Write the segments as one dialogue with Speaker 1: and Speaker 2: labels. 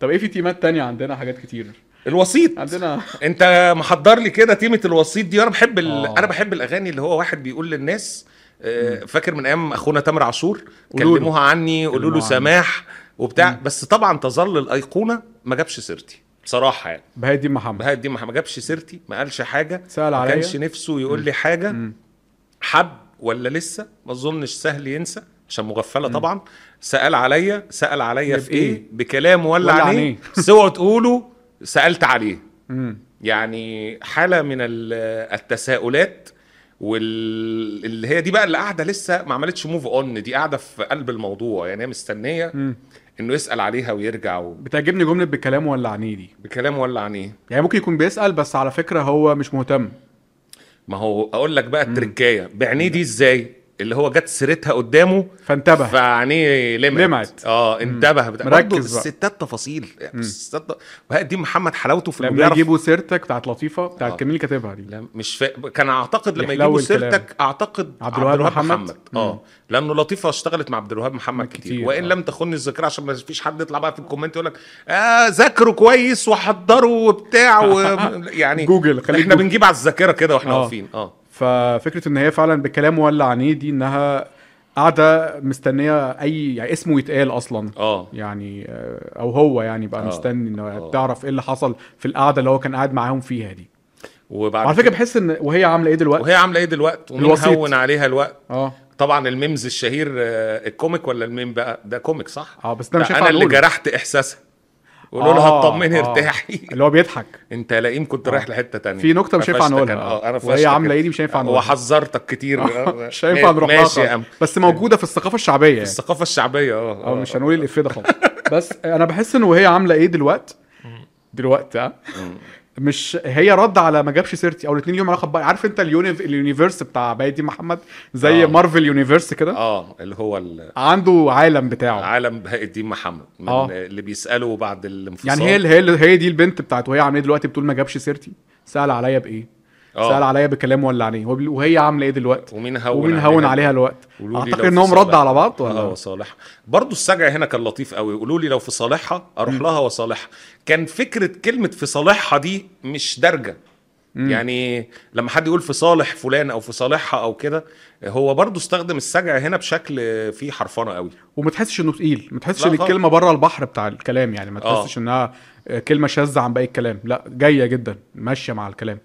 Speaker 1: طب ايه في تيمات تانية عندنا حاجات كتير
Speaker 2: الوسيط
Speaker 1: عندنا
Speaker 2: انت محضر لي كده تيمه الوسيط دي انا بحب ال...
Speaker 1: آه.
Speaker 2: انا بحب الاغاني اللي هو واحد بيقول للناس آه، فاكر من ايام اخونا تامر عاشور
Speaker 1: قولوا له.
Speaker 2: كلموها عني قولوا له
Speaker 1: كلموها عني.
Speaker 2: سماح وبتاع بس طبعا تظل الايقونه ما جابش سيرتي بصراحه يعني
Speaker 1: بهاء الدين محمد
Speaker 2: بهاء الدين ما ما جابش سيرتي ما قالش حاجه
Speaker 1: سأل
Speaker 2: ما
Speaker 1: عليا.
Speaker 2: كانش نفسه يقول لي حاجه
Speaker 1: مم.
Speaker 2: حب ولا لسه ما اظنش سهل ينسى عشان مغفله طبعا سال عليا سال عليا في
Speaker 1: بإيه؟
Speaker 2: ايه بكلامه ولا,
Speaker 1: إيه؟ ولا
Speaker 2: ولا عينيه
Speaker 1: عينيه.
Speaker 2: سوى تقوله سالت عليه
Speaker 1: مم.
Speaker 2: يعني حاله من ال- التساؤلات واللي هي دي بقى اللي قاعده لسه ما عملتش موف اون دي قاعده في قلب الموضوع يعني هي مستنيه
Speaker 1: مم.
Speaker 2: انه يسال عليها ويرجع و-
Speaker 1: بتعجبني جملة بالكلام ولا عينيه دي
Speaker 2: بكلامه ولا عينيه
Speaker 1: يعني ممكن يكون بيسأل بس على فكرة هو مش مهتم
Speaker 2: ما هو اقول لك بقى التركايه بعينيه دي ازاي اللي هو جت سيرتها قدامه
Speaker 1: فانتبه
Speaker 2: فعينيه لمعت
Speaker 1: لمعت.
Speaker 2: اه انتبه بتاع
Speaker 1: مركز
Speaker 2: برضه
Speaker 1: بقى.
Speaker 2: الستات تفاصيل الستات بقى دي محمد حلاوته في انه
Speaker 1: لما
Speaker 2: بيعرف
Speaker 1: يجيبوا سيرتك بتاعت لطيفة
Speaker 2: آه.
Speaker 1: بتاعت كمين اللي كاتبها دي
Speaker 2: لا مش فا... كان اعتقد لما
Speaker 1: يحلو
Speaker 2: يجيبوا
Speaker 1: الكلام.
Speaker 2: سيرتك اعتقد
Speaker 1: عبد الوهاب محمد.
Speaker 2: اه
Speaker 1: مم.
Speaker 2: لانه لطيفه اشتغلت مع عبد الوهاب محمد كتير,
Speaker 1: كتير،
Speaker 2: وان
Speaker 1: آه.
Speaker 2: لم تخن الذاكره عشان ما فيش حد يطلع بقى في الكومنت يقول لك اه ذاكروا كويس وحضروا وبتاع و... يعني
Speaker 1: جوجل، خليك
Speaker 2: احنا
Speaker 1: جوجل.
Speaker 2: بنجيب على الذاكره كده واحنا
Speaker 1: آه.
Speaker 2: واقفين اه
Speaker 1: ففكرة ان هي فعلا بكلام ولا عينيه دي انها قاعدة مستنية اي يعني اسمه يتقال اصلا
Speaker 2: اه
Speaker 1: يعني آه، او هو يعني بقى
Speaker 2: آه.
Speaker 1: مستني انه
Speaker 2: آه.
Speaker 1: تعرف ايه اللي حصل في القعده اللي هو كان قاعد معاهم فيها دي
Speaker 2: وبعد
Speaker 1: على فكره بحس ان وهي عامله ايه دلوقتي
Speaker 2: وهي عامله ايه دلوقتي ومين
Speaker 1: الوسيط.
Speaker 2: هون عليها الوقت
Speaker 1: اه
Speaker 2: طبعا الميمز الشهير آه، الكوميك ولا الميم بقى ده كوميك صح
Speaker 1: اه بس ده
Speaker 2: ده
Speaker 1: مش
Speaker 2: انا
Speaker 1: هينفع
Speaker 2: اللي
Speaker 1: نقوله.
Speaker 2: جرحت احساسها قولوا لها
Speaker 1: آه،
Speaker 2: اطمني
Speaker 1: آه.
Speaker 2: ارتاحي
Speaker 1: اللي هو بيضحك
Speaker 2: انت لئيم كنت رايح لحته تانية
Speaker 1: آه. في نكتة مش هينفع
Speaker 2: قفشتك
Speaker 1: نقولها.
Speaker 2: أنا. اه انا
Speaker 1: وهي
Speaker 2: قفشتك.
Speaker 1: عاملة إيه دي مش هينفع نقولها.
Speaker 2: وحذرتك كتير
Speaker 1: مش هينفع نروح لها
Speaker 2: ماشي يا
Speaker 1: خالص
Speaker 2: عم
Speaker 1: بس موجوده في الثقافه الشعبيه يعني
Speaker 2: الثقافه الشعبيه اه
Speaker 1: اه مش هنقول الافيه ده خالص بس انا بحس ان وهي عامله ايه دلوقتي دلوقتي اه مش هي رد على ما جابش سيرتي او الاثنين ليهم علاقه بقى عارف انت اليونيف اليونيفرس بتاع بايدي محمد زي
Speaker 2: آه.
Speaker 1: مارفل يونيفرس كده
Speaker 2: اه اللي هو ال-
Speaker 1: عنده عالم بتاعه
Speaker 2: عالم بهاء الدين محمد من
Speaker 1: آه.
Speaker 2: اللي بيساله بعد الانفصال
Speaker 1: يعني هي هي هي دي البنت بتاعت وهي عامله ايه دلوقتي بتقول ما جابش سيرتي سال عليا بايه
Speaker 2: آه.
Speaker 1: سال عليا بكلام ولا عن ايه وب- وهي عامله ايه دلوقتي
Speaker 2: ومين هون
Speaker 1: ومين
Speaker 2: عليها
Speaker 1: هون عليها الوقت
Speaker 2: قولوا لي
Speaker 1: اعتقد
Speaker 2: لو
Speaker 1: انهم
Speaker 2: في
Speaker 1: ردوا
Speaker 2: صالحها.
Speaker 1: على بعض
Speaker 2: اه
Speaker 1: ولا
Speaker 2: وصالحها برضه السجع هنا كان لطيف قوي قولوا لي لو في صالحها اروح لها وصالحها كان فكره كلمه في صالحها دي مش دارجه يعني لما حد يقول في صالح فلان او في صالحها او كده هو برضه استخدم السجع هنا بشكل فيه حرفنه قوي
Speaker 1: وما تحسش انه تقيل ما تحسش
Speaker 2: لا
Speaker 1: ان الكلمه بره البحر بتاع الكلام يعني ما
Speaker 2: آه.
Speaker 1: تحسش انها كلمه شاذه عن باقي الكلام لا جايه جدا ماشيه مع الكلام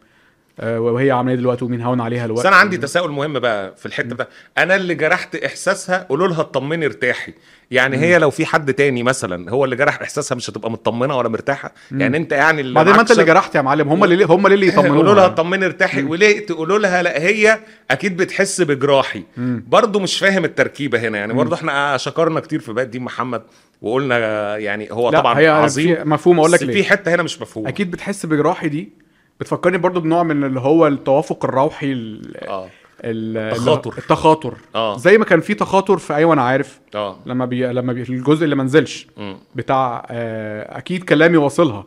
Speaker 1: آه، وهي عامله ايه دلوقتي ومين هون عليها الوقت
Speaker 2: بس انا عندي تساؤل مهم بقى في الحته ده انا اللي جرحت احساسها قولوا لها اطمني ارتاحي يعني هي لو في حد تاني مثلا هو اللي جرح احساسها مش هتبقى مطمنه ولا مرتاحه يعني انت يعني اللي
Speaker 1: بعدين ما
Speaker 2: معاك
Speaker 1: انت اللي
Speaker 2: شر-
Speaker 1: جرحت يا معلم هم اللي هم اللي
Speaker 2: قولوا لها
Speaker 1: يطمنوها يعني.
Speaker 2: طمني ارتاحي وليه تقولوا لها لا هي اكيد بتحس بجراحي برضو مش فاهم التركيبه هنا يعني برضو احنا شكرنا كتير في بقى دين محمد وقلنا يعني هو
Speaker 1: لا،
Speaker 2: طبعا
Speaker 1: هي
Speaker 2: عظيم
Speaker 1: في- مفهوم اقول
Speaker 2: بس
Speaker 1: لك
Speaker 2: في
Speaker 1: ليه
Speaker 2: حته هنا مش مفهومه
Speaker 1: اكيد بتحس بجراحي دي بتفكرني برضو بنوع من اللي هو التوافق الروحي ال-
Speaker 2: اه
Speaker 1: ال-
Speaker 2: التخاطر.
Speaker 1: التخاطر
Speaker 2: آه.
Speaker 1: زي ما كان في تخاطر في ايوه انا عارف
Speaker 2: اه
Speaker 1: لما بي... لما بي... الجزء اللي ما نزلش
Speaker 2: مم.
Speaker 1: بتاع آه... اكيد كلامي واصلها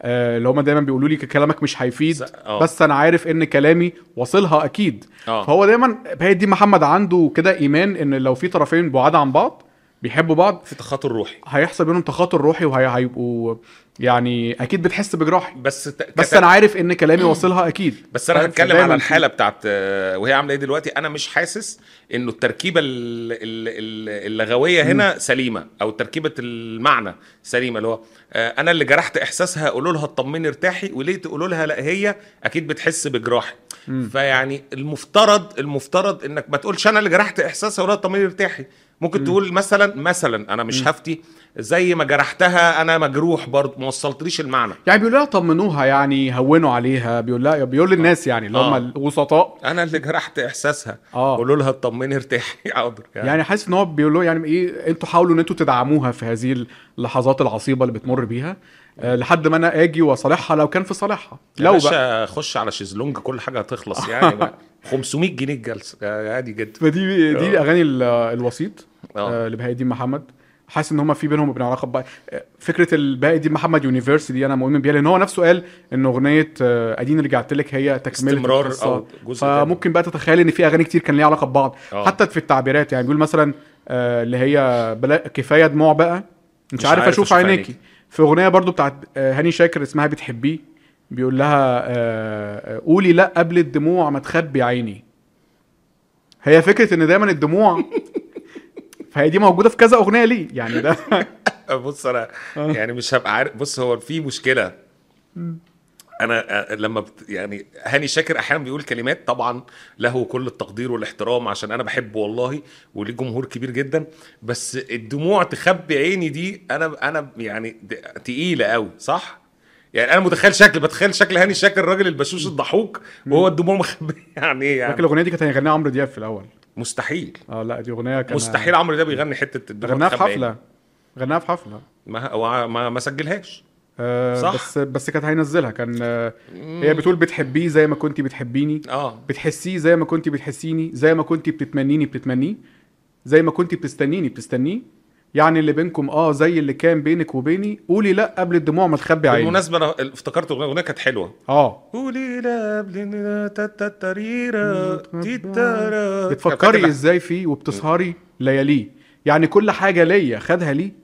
Speaker 1: آه... اللي هما دايما بيقولوا لي كلامك مش هيفيد
Speaker 2: س- آه.
Speaker 1: بس انا عارف ان كلامي واصلها اكيد
Speaker 2: آه.
Speaker 1: فهو دايما هي دي محمد عنده كده ايمان ان لو في طرفين بعاد عن بعض بيحبوا بعض
Speaker 2: في تخاطر روحي
Speaker 1: هيحصل بينهم تخاطر روحي وهيبقوا يعني اكيد بتحس بجراحي
Speaker 2: بس ت-
Speaker 1: بس
Speaker 2: كت-
Speaker 1: انا عارف ان كلامي واصلها اكيد
Speaker 2: بس انا
Speaker 1: فاهم؟
Speaker 2: هتكلم
Speaker 1: فدايماً
Speaker 2: على
Speaker 1: في-
Speaker 2: الحاله بتاعت آه، وهي عامله ايه دلوقتي انا مش حاسس انه التركيبه ال- ال- ال- اللغويه هنا سليمه او تركيبه المعنى سليمه اللي هو آه، انا اللي جرحت احساسها قولوا لها اطمني ارتاحي وليه تقولوا لها لا هي اكيد بتحس بجراحي فيعني المفترض المفترض انك ما تقولش انا اللي جرحت احساسها قولوا لها اطمني ارتاحي ممكن تقول مثلا مثلا انا مش هفتي زي ما جرحتها انا مجروح برضه ما وصلتليش المعنى
Speaker 1: يعني بيقول لها طمنوها يعني هونوا عليها بيقول لها بيقول للناس يعني اللي هم
Speaker 2: آه.
Speaker 1: الوسطاء
Speaker 2: انا اللي جرحت احساسها
Speaker 1: آه.
Speaker 2: قولوا لها اطمني ارتاحي حاضر
Speaker 1: يعني حاسس ان هو بيقول له يعني ايه انتوا حاولوا ان انتوا تدعموها في هذه اللحظات العصيبه اللي بتمر بيها
Speaker 2: أيوة.
Speaker 1: آه لحد ما انا اجي وصالحها لو كان في صالحها
Speaker 2: لو
Speaker 1: لو بقى
Speaker 2: باشا خش على شيزلونج كل حاجه هتخلص يعني بقى 500 جنيه الجلسه آه، عادي جدا
Speaker 1: فدي دي
Speaker 2: آه.
Speaker 1: اغاني ال- الوسيط
Speaker 2: آه.
Speaker 1: آه لبهاء الدين محمد حاسس ان هم في بينهم وبين علاقه بقى آه، فكره الباقي دي محمد يونيفرس دي انا مؤمن بيها لان هو نفسه قال ان اغنيه آه، اديني رجعت لك هي تكمله
Speaker 2: استمرار
Speaker 1: القصة.
Speaker 2: أو جزء
Speaker 1: فممكن بقى تتخيل ان في اغاني كتير كان ليها علاقه ببعض
Speaker 2: آه.
Speaker 1: حتى في التعبيرات يعني بيقول مثلا آه، اللي هي بلا كفايه دموع بقى مش,
Speaker 2: مش
Speaker 1: عارف اشوف عينيكي في اغنيه برضو بتاعت آه، هاني شاكر اسمها بتحبيه بيقول لها آه، آه، قولي لا قبل الدموع ما تخبي عيني هي فكره ان دايما الدموع فهي دي موجوده في كذا اغنيه ليه يعني ده
Speaker 2: بص انا
Speaker 1: آه.
Speaker 2: يعني مش هبقى عارف بص هو في مشكله انا أ- لما بت يعني هاني شاكر احيانا بيقول كلمات طبعا له كل التقدير والاحترام عشان انا بحبه والله وليه جمهور كبير جدا بس الدموع تخبي عيني دي انا انا يعني د- تقيله قوي صح يعني انا متخيل شكل بتخيل شكل هاني شاكر الراجل البشوش الضحوك وهو الدموع مخبي يعني ايه
Speaker 1: فاكر
Speaker 2: يعني
Speaker 1: الاغنيه دي كانت هيغنيها عمرو دياب في الاول
Speaker 2: مستحيل
Speaker 1: اه لا دي اغنيه كان
Speaker 2: مستحيل عمرو ده بيغني حته الدموع
Speaker 1: غناها في
Speaker 2: تخبي عيني.
Speaker 1: حفله غناها في حفله
Speaker 2: ما ما- ما, ما سجلهاش
Speaker 1: آه
Speaker 2: صح.
Speaker 1: بس بس كانت هينزلها كان آه هي بتقول بتحبيه زي ما كنتي بتحبيني
Speaker 2: اه
Speaker 1: بتحسيه زي ما كنتي بتحسيني زي ما كنتي بتتمنيني بتتمنيه زي ما كنتي بتستنيني بتستنيه يعني اللي بينكم اه زي اللي كان بينك وبيني قولي لا قبل الدموع ما تخبي عيني
Speaker 2: بالمناسبه انا افتكرت اغنيه أغنية كانت حلوه
Speaker 1: اه
Speaker 2: قولي لا قبل تتريرا تترا
Speaker 1: بتفكري ازاي فيه وبتسهري لياليه يعني كل حاجه ليا خدها ليه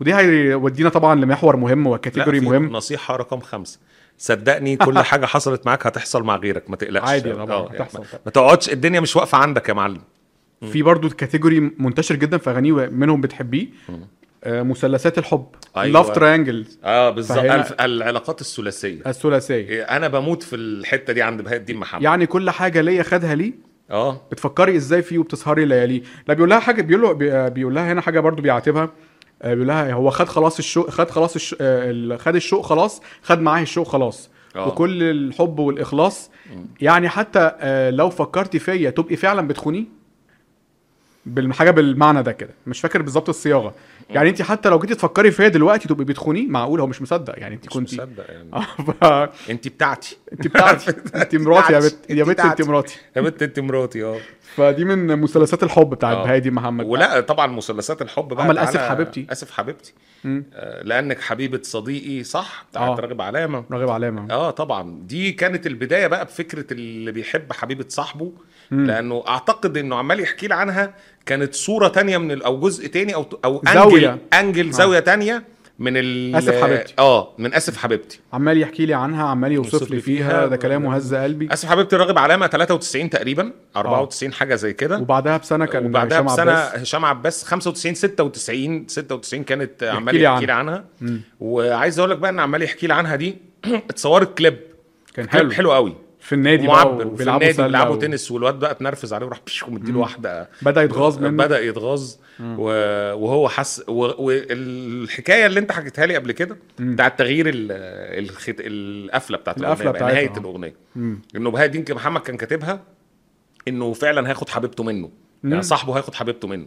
Speaker 1: ودي هيودينا طبعا لمحور مهم وكاتيجوري مهم
Speaker 2: نصيحه رقم خمسة صدقني كل حاجه حصلت معاك هتحصل مع غيرك ما تقلقش
Speaker 1: عادي طبعا،
Speaker 2: آه،
Speaker 1: هتحصل
Speaker 2: يعني ما-
Speaker 1: طبعا.
Speaker 2: ما تقعدش الدنيا مش واقفه عندك يا معلم
Speaker 1: في برضو كاتيجوري منتشر جدا في اغانيه منهم بتحبيه آه، مثلثات الحب
Speaker 2: أيوة.
Speaker 1: لاف تريانجلز
Speaker 2: اه بالظبط
Speaker 1: فهنا-
Speaker 2: الف- العلاقات الثلاثيه
Speaker 1: الثلاثيه
Speaker 2: إيه، انا بموت في الحته دي عند بهاء الدين محمد
Speaker 1: يعني كل حاجه ليا خدها ليه
Speaker 2: اه
Speaker 1: بتفكري ازاي فيه وبتسهري لياليه لا بيقول لها حاجه بيقول له بي- آه، بيقول لها هنا حاجه برضو بيعاتبها آه، بيقول لها هو خد خلاص الشوق خد خلاص الش... آه، ال- خد الشوق خلاص خد معاه الشوق خلاص
Speaker 2: آه.
Speaker 1: وكل الحب والاخلاص يعني حتى آه، لو فكرتي فيا تبقي فعلا بتخوني بالحاجه بالمعنى ده كده مش فاكر بالظبط الصياغه يعني انت حتى لو جيتي تفكري فيا دلوقتي تبقي بتخوني معقول هو مش مصدق يعني انت
Speaker 2: مش
Speaker 1: كنت
Speaker 2: مصدق يعني
Speaker 1: انت
Speaker 2: انت بتاعتي
Speaker 1: بتاعتي انت مراتي يا بت يا بت انت
Speaker 2: بتاعتي.
Speaker 1: مراتي
Speaker 2: يا بنت انت مراتي اه
Speaker 1: فدي من مثلثات الحب بتاعت
Speaker 2: آه.
Speaker 1: هادي محمد
Speaker 2: ولا طبعا مثلثات الحب بقى
Speaker 1: عمل
Speaker 2: تعالى-
Speaker 1: آسف حبيبتي.
Speaker 2: اسف حبيبتي
Speaker 1: مم.
Speaker 2: آه، لانك حبيبه صديقي صح بتاعت
Speaker 1: آه.
Speaker 2: راغب علامه
Speaker 1: راغب علامه
Speaker 2: اه طبعا دي كانت البدايه بقى بفكره اللي بيحب حبيبه صاحبه لانه اعتقد انه عمال يحكي لي عنها كانت صوره تانية من ال- او جزء تاني او او
Speaker 1: زاوية. آه.
Speaker 2: انجل انجل زاويه تانية من ال
Speaker 1: آسف حبيبتي.
Speaker 2: اه من اسف حبيبتي
Speaker 1: عمال يحكي لي عنها عمال يوصف
Speaker 2: يوصف
Speaker 1: لي
Speaker 2: لي
Speaker 1: فيها
Speaker 2: فيها.
Speaker 1: ده كلامه هز قلبي
Speaker 2: اسف حبيبتي راغب علامه 93 تقريبا
Speaker 1: آه.
Speaker 2: 94 حاجه زي كده
Speaker 1: وبعدها بسنه كان
Speaker 2: وبعدها
Speaker 1: يعني هشام
Speaker 2: بسنه
Speaker 1: عباس.
Speaker 2: هشام عباس 95 96 96 كانت عمال
Speaker 1: لي
Speaker 2: يحكي لي عنها وعايز اقول لك بقى ان عمال يحكي لي عنها دي اتصورت كليب
Speaker 1: كان
Speaker 2: كليب
Speaker 1: حلو
Speaker 2: حلو قوي
Speaker 1: في النادي بقى
Speaker 2: معبر في
Speaker 1: وبيلعبوا
Speaker 2: النادي
Speaker 1: سلة
Speaker 2: بيلعبوا
Speaker 1: و-
Speaker 2: تنس والواد بقى اتنرفز عليه وراح بيش ومديله واحده
Speaker 1: بدا يتغاظ منه
Speaker 2: بدا يتغاظ و- وهو حس والحكايه اللي انت حكيتها لي قبل كده بتاعت تغيير ال- الخت... القفله بتاعت
Speaker 1: القفلة
Speaker 2: الأغنية،
Speaker 1: بتاعتها،
Speaker 2: نهايه
Speaker 1: آه.
Speaker 2: الاغنيه انه بهاء الدين محمد كان كاتبها انه فعلا هياخد حبيبته منه يعني صاحبه هياخد حبيبته منه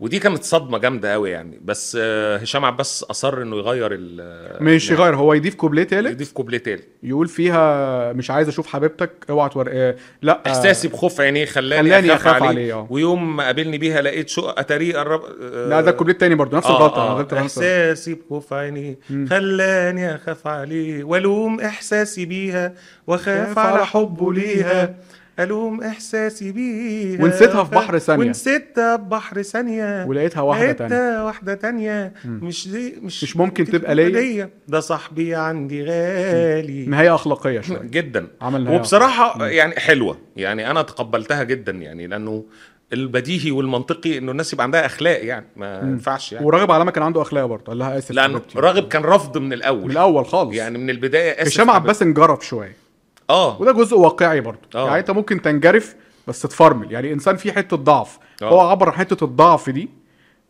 Speaker 2: ودي كانت صدمه جامده قوي يعني بس آه، هشام عباس اصر انه يغير ال
Speaker 1: مش يغير هو يضيف كوبليه تالت
Speaker 2: يضيف كوبليه تالت
Speaker 1: يقول فيها مش عايز اشوف حبيبتك اوعى تور... آه، لا
Speaker 2: احساسي بخوف عينيه خلاني,
Speaker 1: خلاني
Speaker 2: اخاف,
Speaker 1: أخاف
Speaker 2: عليه,
Speaker 1: عليه، آه.
Speaker 2: ويوم ما قابلني بيها لقيت شقه طريق الرب آه،
Speaker 1: لا ده الكوبليه التاني برضه نفس الغلطه انا غلطت نفس الغلطة.
Speaker 2: احساسي آه، بخوف عينيه خلاني اخاف عليه والوم احساسي بيها
Speaker 1: خاف
Speaker 2: واخاف
Speaker 1: على
Speaker 2: على حبه
Speaker 1: حبه
Speaker 2: ليها الوم احساسي بيها
Speaker 1: ونسيتها في
Speaker 2: ف-
Speaker 1: بحر ثانية.
Speaker 2: ونسيتها في بحر ثانيه
Speaker 1: ولقيتها واحده
Speaker 2: لقيتها
Speaker 1: تانية
Speaker 2: واحدة تانية مش دي مش
Speaker 1: مش ممكن تبقى ليا.
Speaker 2: ده صاحبي عندي غالي
Speaker 1: نهايه اخلاقيه شويه
Speaker 2: جدا
Speaker 1: عملها
Speaker 2: وبصراحه يعني حلوه يعني انا تقبلتها جدا يعني لانه البديهي والمنطقي انه الناس يبقى عندها اخلاق يعني ما ينفعش يعني
Speaker 1: وراغب علامه كان عنده اخلاق برضه قال لها اسف
Speaker 2: لانه
Speaker 1: حبيبتي.
Speaker 2: راغب كان رفض من
Speaker 1: من
Speaker 2: الاول
Speaker 1: الاول خالص
Speaker 2: يعني من البدايه اسف
Speaker 1: هشام
Speaker 2: حبيبي.
Speaker 1: عباس انجرف شويه
Speaker 2: اه
Speaker 1: وده جزء واقعي برضه
Speaker 2: آه.
Speaker 1: يعني انت ممكن تنجرف بس تفرمل يعني انسان فيه حته ضعف
Speaker 2: آه.
Speaker 1: هو عبر عن حته الضعف دي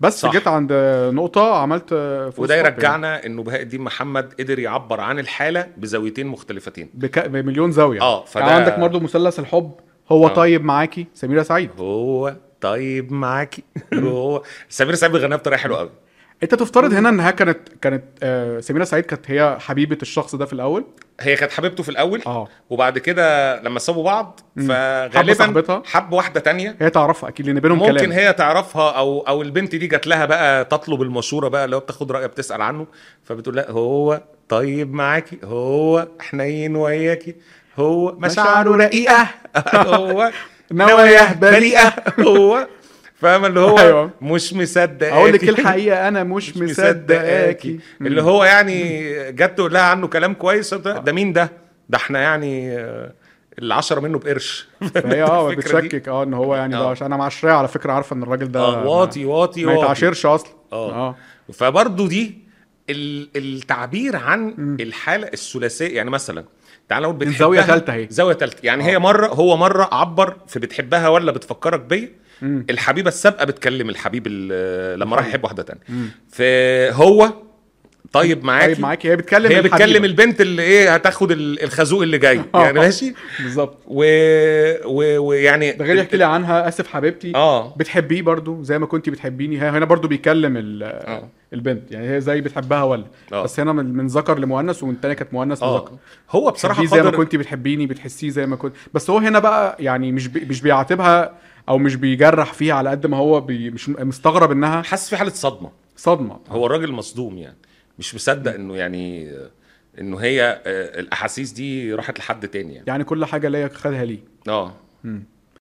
Speaker 1: بس
Speaker 2: صح.
Speaker 1: جيت عند نقطه عملت
Speaker 2: وده يرجعنا انه بهاء الدين محمد قدر يعبر عن الحاله بزاويتين مختلفتين
Speaker 1: بك... بمليون زاويه
Speaker 2: آه، فده-
Speaker 1: يعني عندك برضه مثلث الحب هو
Speaker 2: آه.
Speaker 1: طيب معاكي سميره سعيد
Speaker 2: هو طيب معاكي هو سمير سعيد بيغنيها بطريقه حلوه قوي
Speaker 1: انت تفترض هنا انها كانت كانت آه سميره سعيد كانت هي حبيبه الشخص ده في الاول
Speaker 2: هي كانت حبيبته في الاول
Speaker 1: اه
Speaker 2: وبعد كده لما سابوا بعض
Speaker 1: صاحبتها.
Speaker 2: فغالبا حب واحده تانية
Speaker 1: هي تعرفها اكيد لان بينهم
Speaker 2: ممكن
Speaker 1: كلام
Speaker 2: هي تعرفها او او البنت دي جات لها بقى تطلب المشوره بقى لو بتاخد رايها بتسال عنه فبتقول لها هو طيب معاكي هو حنين وياكي هو مشاعره رقيقه هو
Speaker 1: نواياه بريئة.
Speaker 2: بريئه هو فاهم اللي هو
Speaker 1: أيوة.
Speaker 2: مش مصدق
Speaker 1: اقول لك الحقيقه انا مش مصدقاكي
Speaker 2: اللي هو يعني جت تقول لها عنه كلام كويس
Speaker 1: آه.
Speaker 2: ده, ده مين ده ده احنا يعني آه، العشرة منه بقرش
Speaker 1: فهي اه
Speaker 2: الفكرة دي.
Speaker 1: بتشكك اه ان هو يعني ده
Speaker 2: آه.
Speaker 1: عشان- انا مع شريعه على فكره عارفه ان الراجل ده
Speaker 2: آه، واطي واطي
Speaker 1: ما
Speaker 2: واطي
Speaker 1: يتعاشرش اصلا
Speaker 2: آه.
Speaker 1: اه
Speaker 2: فبرضه دي ال- التعبير عن الحاله الثلاثيه يعني مثلا تعال نقول
Speaker 1: من
Speaker 2: بتحبها
Speaker 1: زاوية تالتة اهي. آه.
Speaker 2: زاويه ثالثه يعني هي مره هو مره عبر في بتحبها ولا بتفكرك بيا الحبيبه السابقه بتكلم الحبيب ال- لما راح يحب واحده تانية فهو طيب معاكي
Speaker 1: طيب معاكي هي بتكلم
Speaker 2: هي بتكلم
Speaker 1: الحبيبة. آه.
Speaker 2: البنت اللي ايه هتاخد ال- الخازوق اللي جاي يعني ماشي
Speaker 1: بالظبط
Speaker 2: ويعني و... يعني آه. ويعني
Speaker 1: ده غير يحكي لي عنها اسف حبيبتي
Speaker 2: اه
Speaker 1: بتحبيه برضو زي ما كنت بتحبيني ها هنا برضو بيكلم ال- البنت يعني هي زي بتحبها ولا
Speaker 2: آه.
Speaker 1: بس هنا من من ذكر لمؤنث والتانية كانت مؤنث لذكر
Speaker 2: اه هو بصراحه
Speaker 1: بتحبيه زي ما
Speaker 2: قدر
Speaker 1: كنت بتحبيني بتحسيه زي ما كنت بس هو هنا بقى يعني مش بي... مش بيعاتبها او مش بيجرح فيها على قد ما هو بي... مش مستغرب انها
Speaker 2: حاسس في حاله صدمه
Speaker 1: صدمه
Speaker 2: هو الراجل مصدوم يعني مش مصدق انه يعني انه هي آه، الاحاسيس دي راحت لحد تاني يعني
Speaker 1: يعني كل حاجه ليا خدها ليه
Speaker 2: اه
Speaker 1: مم.